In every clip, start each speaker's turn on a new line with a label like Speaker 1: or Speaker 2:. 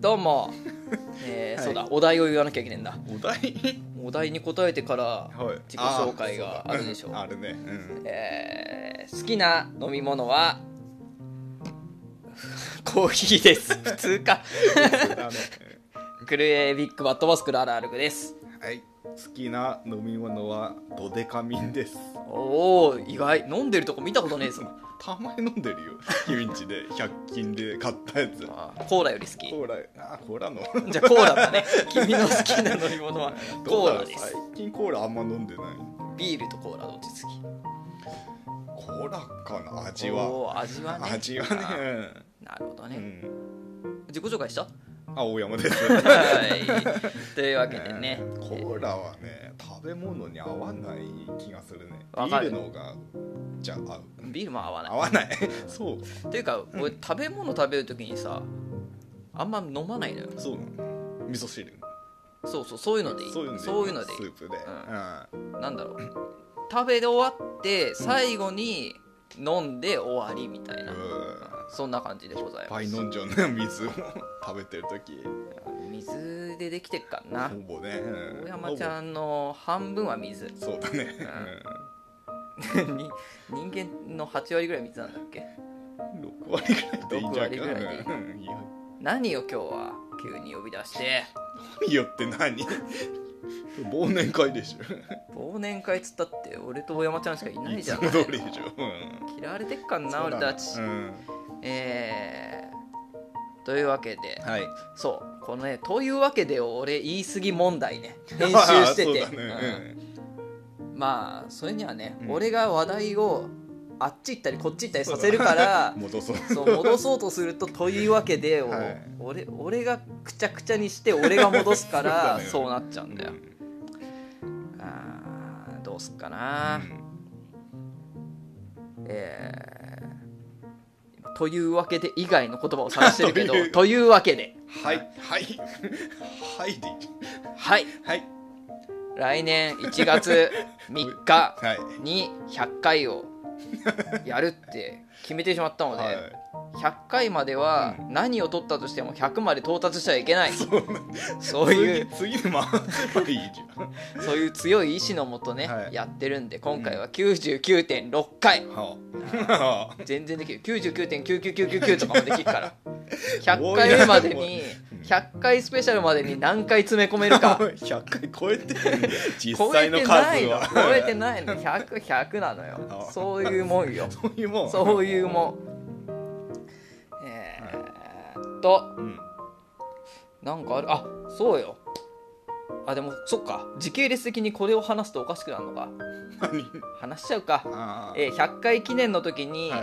Speaker 1: どうも、えー
Speaker 2: はい
Speaker 1: そうだお題を言わなきゃいけないんだ
Speaker 2: お題
Speaker 1: お題に答えてから自己紹介があるでしょ
Speaker 2: あるね、うん、
Speaker 1: えー好きな飲み物は コーヒー です普通か
Speaker 2: そうだね
Speaker 1: クルエビッグバットバスクルアラアルグです
Speaker 2: はい好きな飲み物はドデカミンです
Speaker 1: おお意外飲んでるとこ見たことねえぞ
Speaker 2: たまに飲んでるよ君んちで100均で買ったやつ
Speaker 1: コーラより好き
Speaker 2: コーラあコーラの
Speaker 1: じゃあコーラだ ね君の好きな飲み物はコーラで
Speaker 2: どうだ
Speaker 1: す
Speaker 2: ろう最近コーラあんま飲んでない
Speaker 1: ビールとコーラどっち好き
Speaker 2: コーラかな味は
Speaker 1: おー味はね
Speaker 2: 味はね
Speaker 1: あーなるほど
Speaker 2: う
Speaker 1: ね、
Speaker 2: ん
Speaker 1: 自己紹介した
Speaker 2: あ大山です
Speaker 1: はいというわけでね
Speaker 2: うんコーラはね食べ物に合わない気がするねビ
Speaker 1: わか
Speaker 2: ー
Speaker 1: る
Speaker 2: ルの方がじゃあ合う
Speaker 1: ビールも合わな
Speaker 2: 合わないそう
Speaker 1: いっていうか俺食べ物食べるときにさあんま飲まないのよ
Speaker 2: そうなの味噌汁
Speaker 1: そうそうそういうのでいい
Speaker 2: そういうの
Speaker 1: い
Speaker 2: で
Speaker 1: うのでいい
Speaker 2: スープで、うん
Speaker 1: なんだろう食べで終わって最後に飲んで終わりみたいな、
Speaker 2: うん
Speaker 1: そんな感じでございま
Speaker 2: パ
Speaker 1: す
Speaker 2: イ飲んじゃうね水を食べてる時
Speaker 1: 水でできてっからな
Speaker 2: ほぼね、うん
Speaker 1: 大山ちゃんの半分は水
Speaker 2: ほぼそうだね、
Speaker 1: に人間の8割ぐらい水なんだっけ
Speaker 2: うん、6割ぐらいでいいんじゃないか
Speaker 1: 六割ぐらいでいい
Speaker 2: な、うんいや
Speaker 1: 何を今日は急に呼び出して
Speaker 2: 何よって何忘年会でし
Speaker 1: 忘年会っつったって俺と大山ちゃんしかい
Speaker 2: ょ
Speaker 1: ないいじ
Speaker 2: つ
Speaker 1: ゃん
Speaker 2: も通りでしょ、うん
Speaker 1: 嫌われてっかんな俺たち、
Speaker 2: そうだね
Speaker 1: えー、というわけで
Speaker 2: うん、 はい
Speaker 1: そうこのね「というわけで」を俺言い過ぎ問題 ね編集してて
Speaker 2: あーそうだね、
Speaker 1: うんまあそれにはね、
Speaker 2: うん
Speaker 1: 俺が話題をあっち行ったりこっち行ったりさせるから
Speaker 2: うん、戻そう
Speaker 1: そう戻そうとすると「というわけでを」
Speaker 2: はい
Speaker 1: 俺俺がくちゃくちゃにして俺が戻すから
Speaker 2: そ
Speaker 1: そううな
Speaker 2: だ
Speaker 1: っちゃうんだよ、
Speaker 2: うん
Speaker 1: あーどうすっかな、えーというわけで以外の言葉を探してるけど
Speaker 2: という
Speaker 1: というわけで
Speaker 2: はいはいはいでいい
Speaker 1: はい
Speaker 2: はい
Speaker 1: 来年1月3日
Speaker 2: はい
Speaker 1: に100回をやるって決めてしまったので、
Speaker 2: はい
Speaker 1: 100回までは何を取ったとしても100まで到達してはいけ ない、そういう
Speaker 2: 次次回せば いいじ
Speaker 1: そういう強い意志のもとね、
Speaker 2: はい
Speaker 1: やってるんで今回は99.6回
Speaker 2: ゃんは あ
Speaker 1: 全然できる99.99999とかもできる から100回目まで
Speaker 2: 多い
Speaker 1: に
Speaker 2: な
Speaker 1: 100回スペシャルまでに何回詰め込める か
Speaker 2: 100回超えて実
Speaker 1: 超え
Speaker 2: 際の
Speaker 1: て
Speaker 2: 数
Speaker 1: ないの
Speaker 2: は
Speaker 1: 超えてない の100100なのよ
Speaker 2: あ
Speaker 1: そういうもんよ
Speaker 2: そういうもん
Speaker 1: そういうもんえー、っと
Speaker 2: うん
Speaker 1: なんかあるあそうよあでもそっか時系列的にこれを話すとおかしくなるのか
Speaker 2: 何
Speaker 1: 話しちゃうか
Speaker 2: あ
Speaker 1: えー100回記念の時に、
Speaker 2: はい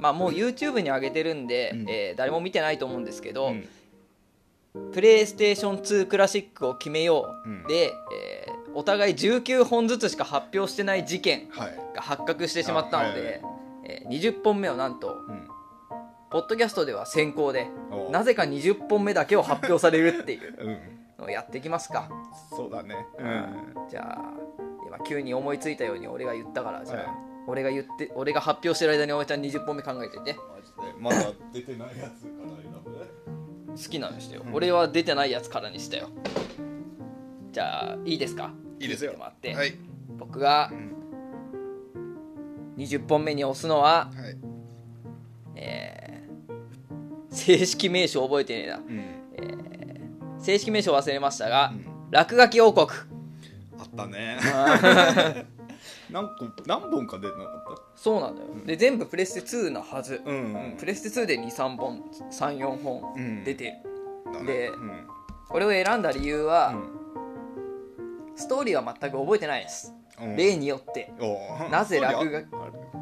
Speaker 1: まあもう YouTube に上げてるんで、
Speaker 2: うん
Speaker 1: えー誰も見てないと思うんですけど、
Speaker 2: うん
Speaker 1: プレイステーション2クラシックを決めよう、
Speaker 2: うん
Speaker 1: で、えーお互い19本ずつしか発表してない事件
Speaker 2: はい
Speaker 1: が発覚してしまったので、
Speaker 2: あはいはい
Speaker 1: えー20本目をなんと
Speaker 2: うん
Speaker 1: ポッドキャストでは先行で
Speaker 2: お
Speaker 1: なぜか20本目だけを発表されるっていう
Speaker 2: う
Speaker 1: の
Speaker 2: ん
Speaker 1: をやっていきます か
Speaker 2: そうだねうん
Speaker 1: じゃあ今急に思いついたように俺が言ったからじゃあ、
Speaker 2: はい
Speaker 1: 俺が言って俺が発表してる間にお前ちゃん20本目考えてて
Speaker 2: マジでまだ出てないやつから選ぶね
Speaker 1: 好きなのにしてよ、俺は出てないやつからにしたよじゃあいいですか
Speaker 2: いいですよ
Speaker 1: 聞てもらって、
Speaker 2: はい
Speaker 1: 僕が
Speaker 2: ん
Speaker 1: 20本目に押すのは、
Speaker 2: はい
Speaker 1: えー正式名称覚えてねえな
Speaker 2: うん
Speaker 1: 正式名称忘れましたが、
Speaker 2: うん
Speaker 1: 落書き王国
Speaker 2: あった ね何個何本か出てなかっ
Speaker 1: そうなんだよ、で全部プレステ2のはず、
Speaker 2: たうん
Speaker 1: うんプレステ2で23本34本出てる、
Speaker 2: だね
Speaker 1: で
Speaker 2: うん
Speaker 1: これを選んだ理由は、
Speaker 2: うん
Speaker 1: ストーリーは全く覚えてないです、
Speaker 2: うん
Speaker 1: 例によって
Speaker 2: お
Speaker 1: なぜ 落
Speaker 2: が
Speaker 1: 書き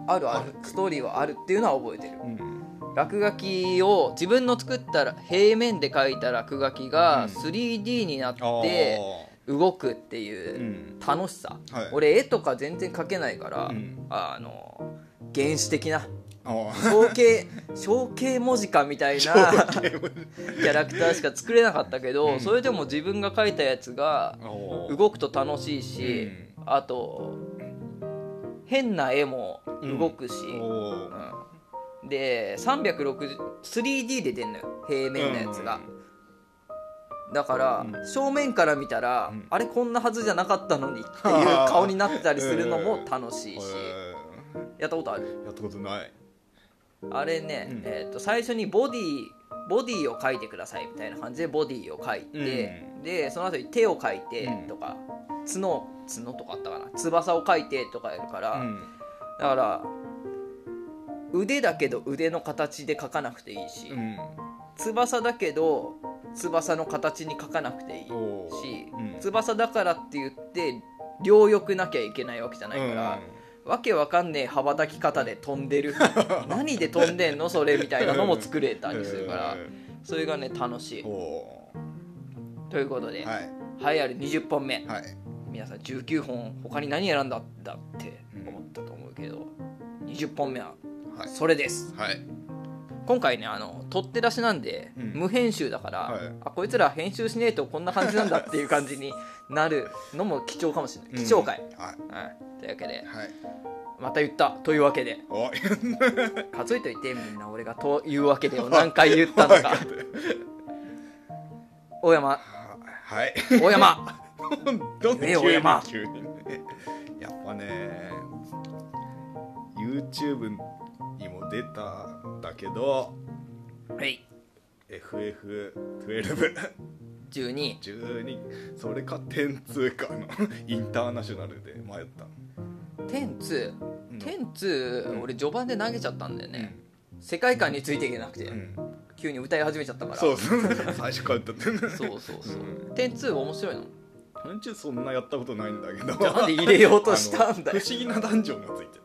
Speaker 1: あるあるストーリーはあるっていうのは覚えてる
Speaker 2: うん
Speaker 1: 落書きを自分の作ったら平面で描いた落書き
Speaker 2: う
Speaker 1: が
Speaker 2: ん
Speaker 1: 3D になっ
Speaker 2: あ
Speaker 1: て
Speaker 2: ー
Speaker 1: 動くって
Speaker 2: う
Speaker 1: いうん楽しさ、
Speaker 2: はい
Speaker 1: 俺絵とか全然描けないから、
Speaker 2: うん
Speaker 1: あの原始的な
Speaker 2: あー
Speaker 1: 象 形象形文字化みたいなキャラクターしか作れなかったけど、
Speaker 2: うん
Speaker 1: それでも自分が描いたやつが
Speaker 2: おー
Speaker 1: 動くと楽しいし、あと変な絵も動くし、
Speaker 2: おー
Speaker 1: うんで360 3D で出んのよ平面のやつが、だから、
Speaker 2: うん
Speaker 1: 正面から見たら、
Speaker 2: うん
Speaker 1: あれこんなはずじゃなかったのにって いう顔になったりするのも楽しいし、
Speaker 2: え
Speaker 1: やったことある
Speaker 2: ーやったことない
Speaker 1: あれね、
Speaker 2: うん
Speaker 1: えー、と最初にボディボディを書いてくださいみたいな感じでボディを書いて、でその後に手を書いて
Speaker 2: うん
Speaker 1: とか、角角とかあったかな翼を書いてとかやるから、
Speaker 2: うん
Speaker 1: だから腕だけど腕の形で書かなくていいし、
Speaker 2: うん
Speaker 1: 翼だけど翼の形に書かなくていい
Speaker 2: おー
Speaker 1: し、
Speaker 2: うん
Speaker 1: 翼だからって言って両翼なきゃいけないわけじゃないから、わけわかんねえ羽ばたき方で飛んで る何で飛んでんのそれみたいなのも作れたりするから、
Speaker 2: え
Speaker 1: それがね楽しい
Speaker 2: ーお
Speaker 1: ということで、
Speaker 2: ー
Speaker 1: は
Speaker 2: はい
Speaker 1: い、ある20本目
Speaker 2: はい
Speaker 1: 皆さん19本他に何選んだんだって思ったと思うけど、20本目は
Speaker 2: はい
Speaker 1: それです
Speaker 2: はい
Speaker 1: 今回ねあの取って出しなんで、
Speaker 2: うん
Speaker 1: 無編集だから、
Speaker 2: はい
Speaker 1: あこいつら編集しねえとこんな感じなんだっていう感じになるのも貴重かもしれない貴重回、
Speaker 2: うんは
Speaker 1: はい、というわけで
Speaker 2: いはい
Speaker 1: また言ったというわけで
Speaker 2: おい
Speaker 1: 数えといてみんな俺がというわけでを何回言った のか大山
Speaker 2: はい
Speaker 1: 大山
Speaker 2: どん急
Speaker 1: ねえ
Speaker 2: に
Speaker 1: 大山
Speaker 2: 急にねやっぱね YouTube にも出たんだけど
Speaker 1: はい、
Speaker 2: FF1212
Speaker 1: 12
Speaker 2: それか天通かの インターナショナルで迷ったの
Speaker 1: 天通
Speaker 2: うん
Speaker 1: 天通、
Speaker 2: うん
Speaker 1: 俺序盤で投げちゃったんだよね、世界観についていけなくて、
Speaker 2: うん
Speaker 1: 急に歌い始めちゃったから
Speaker 2: そうそう最初から歌って る
Speaker 1: そうそうそう
Speaker 2: う
Speaker 1: 天通面白いの
Speaker 2: 天通そんなやったことないんだけど
Speaker 1: じゃあなんで入れようとしたんだよ
Speaker 2: あの不思議なダンジョンがついてる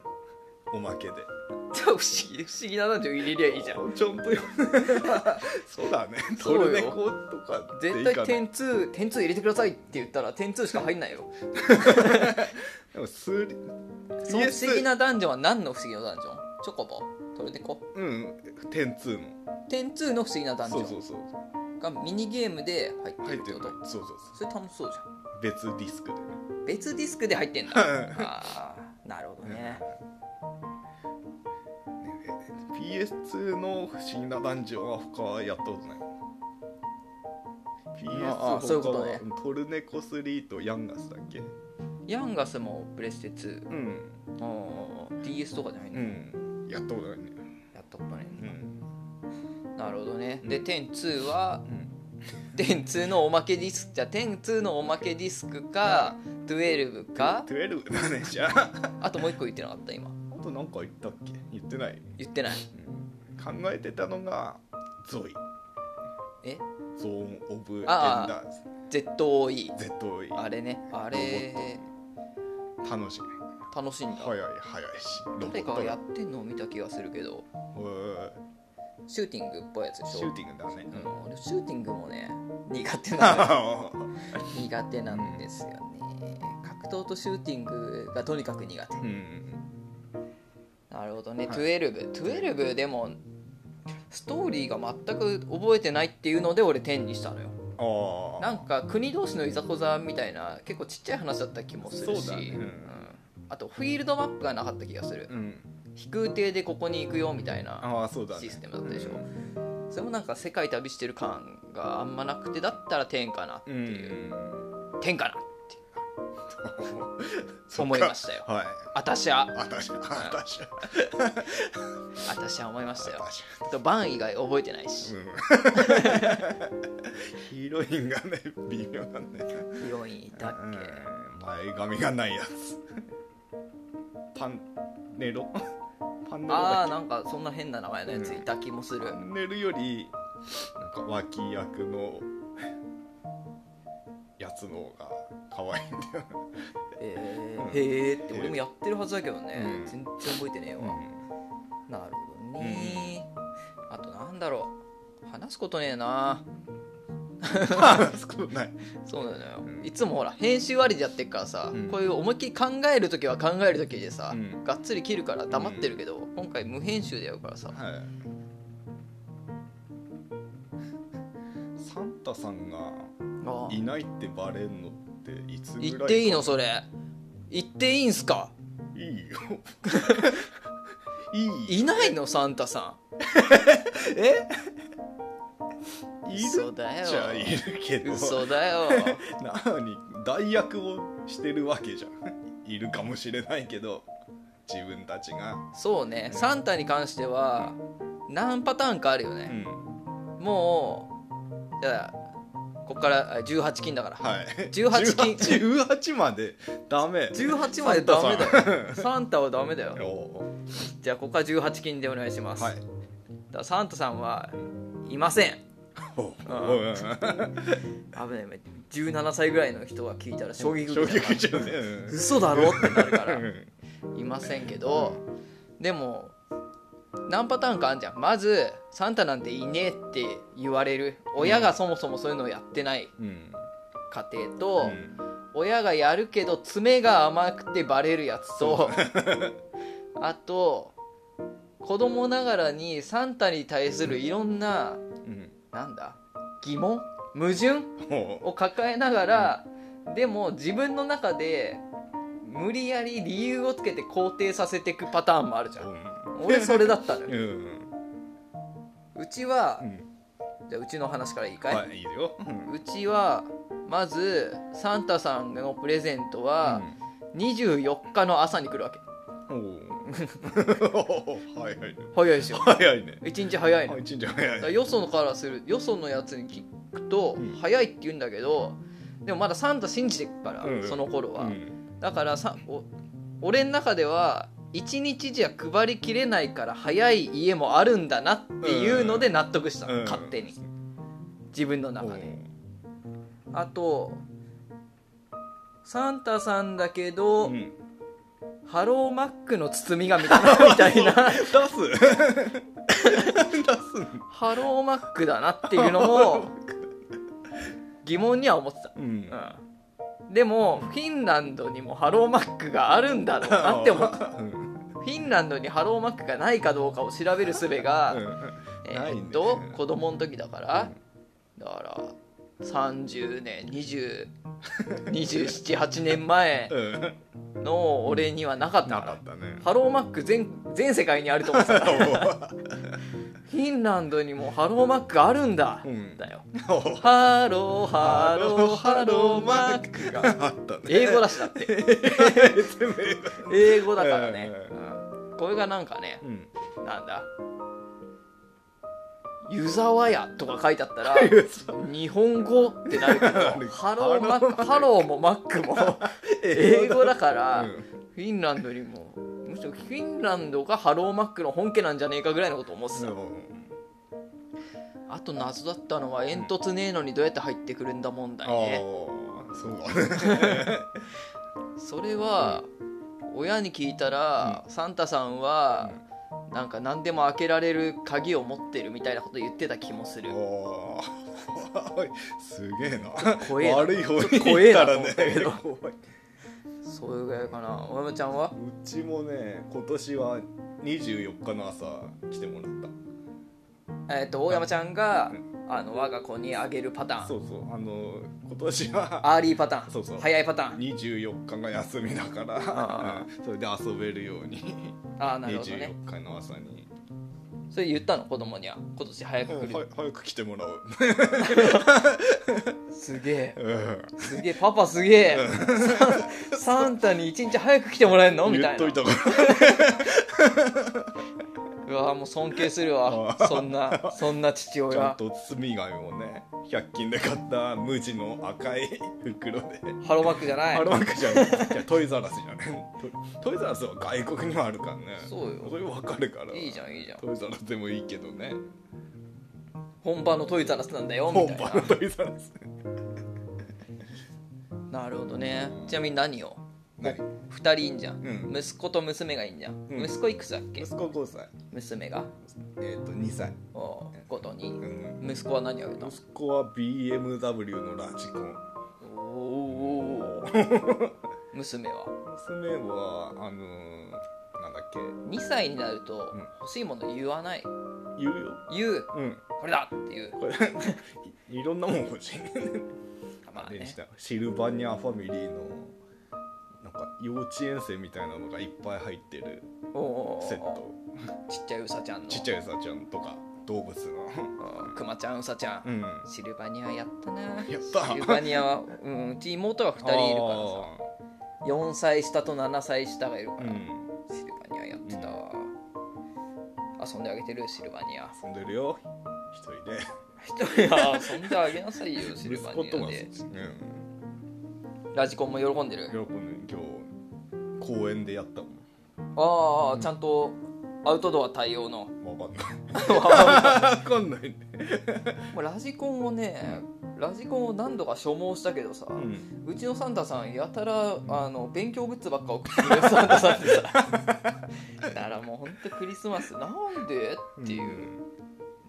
Speaker 2: おまけで
Speaker 1: じゃあ不思議不思議なの入れりゃいいじゃん
Speaker 2: ちょんとよ そうだね
Speaker 1: そ
Speaker 2: ト
Speaker 1: うよ
Speaker 2: ルネコとかでいいかな
Speaker 1: 絶対点2点2入れてくださいって言ったら点2しか入んないよ
Speaker 2: でも数理
Speaker 1: その不思議
Speaker 2: イエ
Speaker 1: なダンジョンは何の不思議なダンジョンチョコボトルネコ
Speaker 2: スうん天通の
Speaker 1: 点2の不思議なダンジ
Speaker 2: そうそ
Speaker 1: ョ
Speaker 2: うそう
Speaker 1: ンがミニゲームで入って
Speaker 2: 入っ
Speaker 1: るって
Speaker 2: て
Speaker 1: こ
Speaker 2: る
Speaker 1: と
Speaker 2: そうそう
Speaker 1: そ
Speaker 2: そ
Speaker 1: れ楽しそうじゃ
Speaker 2: う別ディスクでね
Speaker 1: ん別ディスクで入ってんだあーなるほどね
Speaker 2: PS2 の不思議なダンジョンは他はやったことない
Speaker 1: ああ
Speaker 2: PS
Speaker 1: そういう
Speaker 2: 他
Speaker 1: こと
Speaker 2: は
Speaker 1: ね
Speaker 2: トルネコ3とヤンガスだっけ
Speaker 1: ヤンガスもプレステ2
Speaker 2: うん
Speaker 1: あー DS とかじゃないの、
Speaker 2: うんやったことないね
Speaker 1: やったことない、
Speaker 2: うん
Speaker 1: なるほどね、
Speaker 2: うん
Speaker 1: で点2は
Speaker 2: うん
Speaker 1: 点2のおまけディスクじゃあ点2のおまけディスクか12か
Speaker 2: 12だねじゃあ
Speaker 1: あともう一個言ってなかった今
Speaker 2: あとなんか言ったっけ言ってない
Speaker 1: 言ってない
Speaker 2: うん考えてたのがゾイ
Speaker 1: え
Speaker 2: ゾーン・オブ・エン
Speaker 1: ああ
Speaker 2: ダーズ
Speaker 1: ZOE
Speaker 2: 絶対
Speaker 1: あれねあれ
Speaker 2: 楽しい
Speaker 1: 楽しいんだ
Speaker 2: 早い早いしロボ
Speaker 1: 誰
Speaker 2: ッ
Speaker 1: か
Speaker 2: ト
Speaker 1: がや
Speaker 2: が
Speaker 1: ってんのを見た気がするけど
Speaker 2: うん
Speaker 1: シューティングっぽいやつでしょ
Speaker 2: シューティングだね
Speaker 1: うん俺シューティングもね 苦手なのよ
Speaker 2: う
Speaker 1: 苦手なんですよね格闘とシューティングがとにかく苦手
Speaker 2: ん
Speaker 1: なるほどね、
Speaker 2: はい
Speaker 1: 1212でもストーリーが全く覚えてないっていうので俺10にしたのよ
Speaker 2: ああ
Speaker 1: なんか国同士のいざこざみたいな結構ちっちゃい話だった気もするし
Speaker 2: そうだねうん
Speaker 1: あとフィールドマップがなかった気がする
Speaker 2: うん
Speaker 1: 飛空艇でここに行くよみたいな
Speaker 2: ああそうだね
Speaker 1: システムだったでしょ
Speaker 2: うん
Speaker 1: それもなんか世界旅してる感があんまなくてだったら10かなっていう、10かなって
Speaker 2: そっか
Speaker 1: 思いましたよ
Speaker 2: はい
Speaker 1: 私は
Speaker 2: 私私
Speaker 1: 私は思いましたよ
Speaker 2: 私
Speaker 1: あとバン以外覚えてないし、
Speaker 2: うん ヒロインがね微妙なんだよね
Speaker 1: ヒロインいたっけ、
Speaker 2: うん前髪がないやつパンネロパンネロ
Speaker 1: あ
Speaker 2: だ
Speaker 1: あ
Speaker 2: っけ
Speaker 1: なんかそんな変な名前のやついた気もする、
Speaker 2: チャンネルよりなんか脇役のやつの方が可愛いんだよね
Speaker 1: え
Speaker 2: うん
Speaker 1: ー、へえって俺もやってるはずだけどね、
Speaker 2: うん
Speaker 1: 全然覚えてねえわ、なるほどね、あとなんだろう話すことねえな
Speaker 2: 話すことない
Speaker 1: そうなのよ、
Speaker 2: うん
Speaker 1: いつもほら編集割りでやってっからさ、
Speaker 2: うん
Speaker 1: こういう思いっきり考える時は考える時でさ、
Speaker 2: うん
Speaker 1: がっつり切るから黙ってるけど、今回無編集でやるからさ
Speaker 2: はいサンタさんが
Speaker 1: あ
Speaker 2: いないってバレんのっていつぐらい
Speaker 1: 言っていい
Speaker 2: の
Speaker 1: のそれ言っていいんすか
Speaker 2: いいよいい
Speaker 1: いないのサンタさん
Speaker 2: えいる
Speaker 1: 嘘
Speaker 2: っ
Speaker 1: だよ
Speaker 2: ちゃいるけど
Speaker 1: 嘘だよ
Speaker 2: なに代役をしてるわけじゃんいるかもしれないけど自分たちが、
Speaker 1: そうねサンタに関しては何パターンかあるよ
Speaker 2: う
Speaker 1: ね、
Speaker 2: ん、
Speaker 1: もうじゃあこっからあ18金だから、
Speaker 2: はい
Speaker 1: 18金
Speaker 2: 18 18までダメ
Speaker 1: 18までダメ
Speaker 2: サンタ
Speaker 1: だよサンタはダメだよ
Speaker 2: さんお
Speaker 1: じゃあここから18金でお願いします、
Speaker 2: はい
Speaker 1: だからサンタさんはいません
Speaker 2: お
Speaker 1: ん危ない危ない17歳ぐらいの人が聞いたら衝撃
Speaker 2: 衝
Speaker 1: 受け
Speaker 2: 撃
Speaker 1: た
Speaker 2: じ
Speaker 1: か
Speaker 2: ゃ
Speaker 1: ら
Speaker 2: ね
Speaker 1: 嘘だろってなるから
Speaker 2: うん
Speaker 1: いませんけどでも何パターンかあんじゃんまずサンタなんていねえって言われる親がそもそもそういうのをやってない
Speaker 2: うん
Speaker 1: 家庭と、親がやるけど爪が甘くてバレるやつと あと子供ながらにサンタに対するいろんな
Speaker 2: うん
Speaker 1: なんだ疑問矛盾
Speaker 2: うんお
Speaker 1: を抱えながら、でも自分の中で無理やり理由をつけて肯定させていくパターンもあるじゃん
Speaker 2: うん
Speaker 1: 俺それだったの
Speaker 2: う
Speaker 1: よ
Speaker 2: ん
Speaker 1: うちは
Speaker 2: う、ん
Speaker 1: じゃあうちの話からいいかい、
Speaker 2: はいいいようん
Speaker 1: うちはまずサンタさんのプレゼントは24日の朝に来るわけ
Speaker 2: うんおー早いね
Speaker 1: 早い ですよ
Speaker 2: 早いね
Speaker 1: 1日早いの
Speaker 2: あ
Speaker 1: だか
Speaker 2: 一日早い
Speaker 1: らよそのからするよそのやつに聞くと
Speaker 2: うん
Speaker 1: 早いって言うんだけどでもまだサンタ信じてるから、
Speaker 2: うん
Speaker 1: その頃は、
Speaker 2: うん
Speaker 1: だからさお俺の中では1日じゃ配りきれないから早い家もあるんだなっていうので納得したの、
Speaker 2: うん
Speaker 1: 勝手に自分の中であとサンタさんだけ
Speaker 2: お
Speaker 1: ど、
Speaker 2: ーうん
Speaker 1: ハローマックの包み紙だ なみたいな
Speaker 2: 出す出す
Speaker 1: ハローマックだなっていうのも疑問には思って
Speaker 2: うん
Speaker 1: た、うん、でもフィンランドにもハローマックがあるんだろうなって 思ってた
Speaker 2: うん
Speaker 1: フィンランドにハローマックがないかどうかを調べる術 が、え
Speaker 2: ない
Speaker 1: ー
Speaker 2: ね
Speaker 1: っと子供の時だから、だから30年20278年前
Speaker 2: うんうん
Speaker 1: の俺にはなかった
Speaker 2: な
Speaker 1: か
Speaker 2: からったね
Speaker 1: ハローマック全全世界にあると思ってたからフィンランドにもハローマックがあるんだ、
Speaker 2: うん
Speaker 1: だよ
Speaker 2: おー
Speaker 1: ハローハローハローマック
Speaker 2: クがあったね
Speaker 1: 英語
Speaker 2: だ
Speaker 1: だしだ って英語だからね、
Speaker 2: う
Speaker 1: うんこれがなんかね
Speaker 2: うん
Speaker 1: なんだ湯沢屋とか書いてあった ら日本語ってなる けどハローマックハローもマックも英語だから、
Speaker 2: うん
Speaker 1: フィンランドにもむしろフィンランドがハローマックの本家なんじゃねえかぐらいのこと思ってた、あと謎だったのは煙突ねえのにどうやって入ってくるんだ問
Speaker 2: あ
Speaker 1: 題
Speaker 2: あ
Speaker 1: ね
Speaker 2: そうだね
Speaker 1: それは親に聞いたら、サンタさんは、なんか何でも開けられる鍵を持ってるみたいなこと言ってた気もする
Speaker 2: おーすげえな
Speaker 1: 怖えな
Speaker 2: 悪い方に
Speaker 1: ちょっと怖え
Speaker 2: 行っ
Speaker 1: な
Speaker 2: た
Speaker 1: と
Speaker 2: ら
Speaker 1: 思っ
Speaker 2: ね
Speaker 1: たけど
Speaker 2: 怖い
Speaker 1: そういうぐらいかなおやまちゃんは
Speaker 2: うちもね今年は24日の朝来てもらっ
Speaker 1: えっ、と大山ちゃんが
Speaker 2: う
Speaker 1: あの我が子にあげるパタ
Speaker 2: た
Speaker 1: ーン
Speaker 2: そうそうあの今年は
Speaker 1: アーリーパターン
Speaker 2: そうそう
Speaker 1: 早いパターン
Speaker 2: 24日が休みだか
Speaker 1: あ
Speaker 2: らうんそれで遊べるように
Speaker 1: ああなるほどね
Speaker 2: 24日の朝に
Speaker 1: それ言ったの子供には今年早く来る、
Speaker 2: は早く来てもらおう
Speaker 1: すげえ
Speaker 2: うん
Speaker 1: すげえパパすげえサンサンタに一日早く来てもらえるのみたい
Speaker 2: 言
Speaker 1: な
Speaker 2: っといたから
Speaker 1: うわもう尊敬するわ
Speaker 2: あー
Speaker 1: そんなそんな父
Speaker 2: ちゃん
Speaker 1: 親
Speaker 2: と包み紙もね100均で買った無地の赤い袋で
Speaker 1: ハローバックじゃない
Speaker 2: あれなんかじゃないいやトイザらスじゃないトイトイザらスは外国にもあるからね
Speaker 1: そうよ
Speaker 2: それ分かるから
Speaker 1: いいじゃんいいじゃん
Speaker 2: トイザらスでもいいけどね
Speaker 1: 本場のトイザラスなんだよみ
Speaker 2: 本
Speaker 1: たい
Speaker 2: 場のトイザラス
Speaker 1: ななるほどねちなみに何を
Speaker 2: 何
Speaker 1: 2人いんじゃん、
Speaker 2: うん
Speaker 1: 息子と娘がいんじゃん、
Speaker 2: うん
Speaker 1: 息子いくつだっけ
Speaker 2: 息子5歳
Speaker 1: 娘が
Speaker 2: えっ、と2歳
Speaker 1: おうごとに
Speaker 2: うん
Speaker 1: 息子は何あげたの
Speaker 2: 息子は BMW のラジコン
Speaker 1: おお娘は
Speaker 2: 娘はあのー、なんだっけ
Speaker 1: 2歳になると
Speaker 2: うん
Speaker 1: 欲しいもの言わない
Speaker 2: 言うよ
Speaker 1: 言う
Speaker 2: うん
Speaker 1: これだっていう
Speaker 2: これ いいろんなもん 欲しい
Speaker 1: まあ
Speaker 2: で
Speaker 1: ね
Speaker 2: したシルバニアファミリーのなんか幼稚園生みたいなのがいっぱい入ってる
Speaker 1: おうおうおう
Speaker 2: セット
Speaker 1: ちっちゃいうさちゃんの
Speaker 2: ちっちゃいさちゃんとか動物の
Speaker 1: クマちゃんウサちゃん、
Speaker 2: うん
Speaker 1: シルバニアやったな
Speaker 2: やった
Speaker 1: シルバニアは、うん、うち妹が2人いるからさ4歳下と7歳下がいるか
Speaker 2: あー
Speaker 1: ら、
Speaker 2: うん
Speaker 1: シルバニアやってたわ、遊んであげてるシルバニア
Speaker 2: 遊んでるよ一人で
Speaker 1: いや 遊んであげなさい よシ
Speaker 2: 息
Speaker 1: ルバ
Speaker 2: 子
Speaker 1: ニ
Speaker 2: と
Speaker 1: ア
Speaker 2: も
Speaker 1: で
Speaker 2: うん
Speaker 1: ラジコンも喜んでる
Speaker 2: 喜んで今日公園でやったもん
Speaker 1: ああちゃんとアウトドア対応の
Speaker 2: わかんない
Speaker 1: も
Speaker 2: 分かんないね
Speaker 1: うラジコンをねラジコンを何度か所望したけどさ、
Speaker 2: うん
Speaker 1: うちのサンタさんやたらあの勉強グッズばっか送ってくれるサンタさんでさだからもうほんとクリスマスなんでっていう、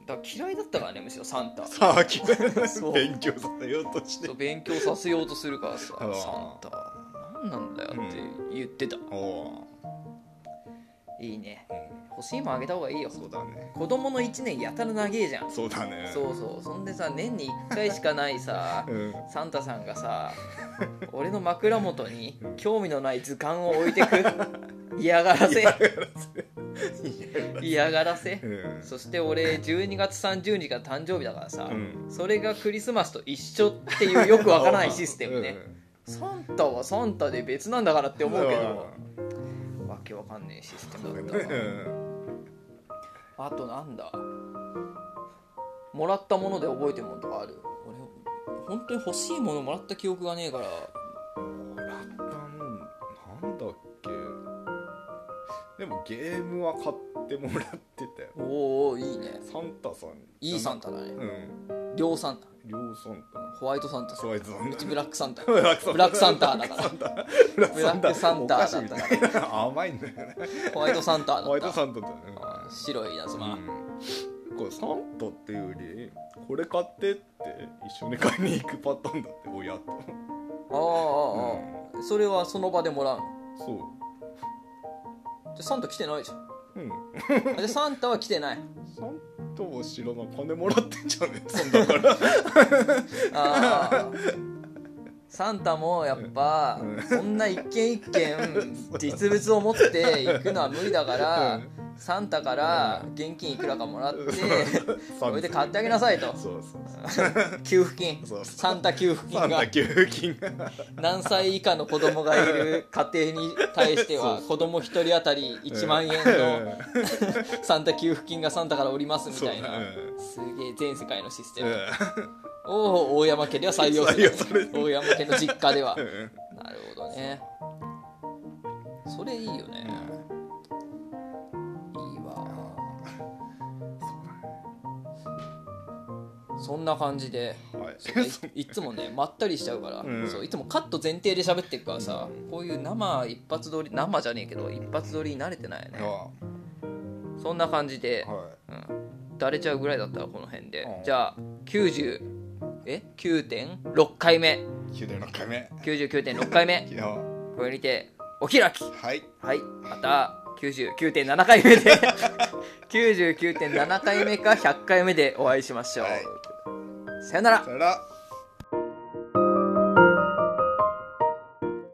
Speaker 1: だから嫌いだったからねむしろサンタ
Speaker 2: さあ聞
Speaker 1: そ
Speaker 2: く
Speaker 1: う
Speaker 2: 勉強させようとして
Speaker 1: そう勉強させようとするからさ
Speaker 2: あー
Speaker 1: サンタ何なんだよって言ってた、
Speaker 2: おお
Speaker 1: いいね
Speaker 2: ー、
Speaker 1: 欲しいもんあげた方がいいよ
Speaker 2: うん、そうだね
Speaker 1: 子供の1年やたら長えじゃん
Speaker 2: そうだね
Speaker 1: そうそうそんでさ年に1回しかないさ
Speaker 2: うん
Speaker 1: サンタさんがさ俺の枕元に興味のない図鑑を置いてく嫌がらせ嫌がらせ
Speaker 2: うん
Speaker 1: そして俺12月30日が誕生日だからさ、
Speaker 2: うん
Speaker 1: それがクリスマスと一緒っていうよくわからないシステム
Speaker 2: う
Speaker 1: ね、
Speaker 2: ん
Speaker 1: サンタはサンタで別なんだからって思うけど、わけわかんねえシステ
Speaker 2: う
Speaker 1: ム
Speaker 2: ん
Speaker 1: だったわあとなんだもらったもので覚えてるものとかある俺本当に欲しいものもらった記憶がねえから
Speaker 2: もらったもんなんだっけでもゲームは買ってもらってたよ
Speaker 1: おおいいね
Speaker 2: サンタさん
Speaker 1: いいサンタだね
Speaker 2: うん
Speaker 1: 両サンタ
Speaker 2: 両サンタ
Speaker 1: ホワイトサンタ
Speaker 2: ホワイトサンタ
Speaker 1: うちブラックサンタ
Speaker 2: ブラック
Speaker 1: ブラックサンタだから
Speaker 2: ブラックサン
Speaker 1: ブ
Speaker 2: タ
Speaker 1: ラックサンタ
Speaker 2: お菓子みたいな甘いんだよね
Speaker 1: ホワイトサンタだった
Speaker 2: ホワイトサンタだよね
Speaker 1: 白いやつま、
Speaker 2: うんこれサンタっていうよりこれ買ってって一緒に買いに行くパターンだって親と
Speaker 1: ああああ、それはその場でもらうの
Speaker 2: そう
Speaker 1: じゃあサンタ来て ないじゃん
Speaker 2: うん
Speaker 1: あじゃあサンタは来てない
Speaker 2: サンタは知らない金もらってんじゃねえそんだから
Speaker 1: ああサンタもやっぱ
Speaker 2: うん
Speaker 1: そんな一軒一軒実物を持って行くのは無理だからサンタから現金いくらかもらってそれで買ってあげなさいと
Speaker 2: そうそう
Speaker 1: 給付金
Speaker 2: そうそう
Speaker 1: サンタ給付
Speaker 2: サ
Speaker 1: 金
Speaker 2: ン
Speaker 1: が
Speaker 2: タ給付金が
Speaker 1: 何歳以下の子供がいる家庭に対しては子供一人当たり1万円のサンタ給付金がサンタからおりますみたいな
Speaker 2: うん
Speaker 1: すげえ全世界のシステ
Speaker 2: うん
Speaker 1: ムを大山家では採用する
Speaker 2: 採用される
Speaker 1: 大山家の実家 では
Speaker 2: うん
Speaker 1: なるほどねそれいいよねいいわそんな感じで
Speaker 2: はい
Speaker 1: そう いいつもねまったりしちゃうから、
Speaker 2: うん
Speaker 1: そういつもカット前提で喋ってるからさ、こういう生一発撮り生じゃねえけど一発撮りに慣れてないよね、
Speaker 2: あ
Speaker 1: そんな感じで、
Speaker 2: は
Speaker 1: うん、だれちゃうぐらいだったらこの辺で、
Speaker 2: うん
Speaker 1: じゃあ90え9.6回目
Speaker 2: い9年6回目
Speaker 1: 99.6回目
Speaker 2: 昨日は
Speaker 1: これにてお開き
Speaker 2: い
Speaker 1: はい、また99.7回目で 99.7回目か100回目でお会いしましょう。
Speaker 2: はい
Speaker 1: さよなら
Speaker 2: さよなら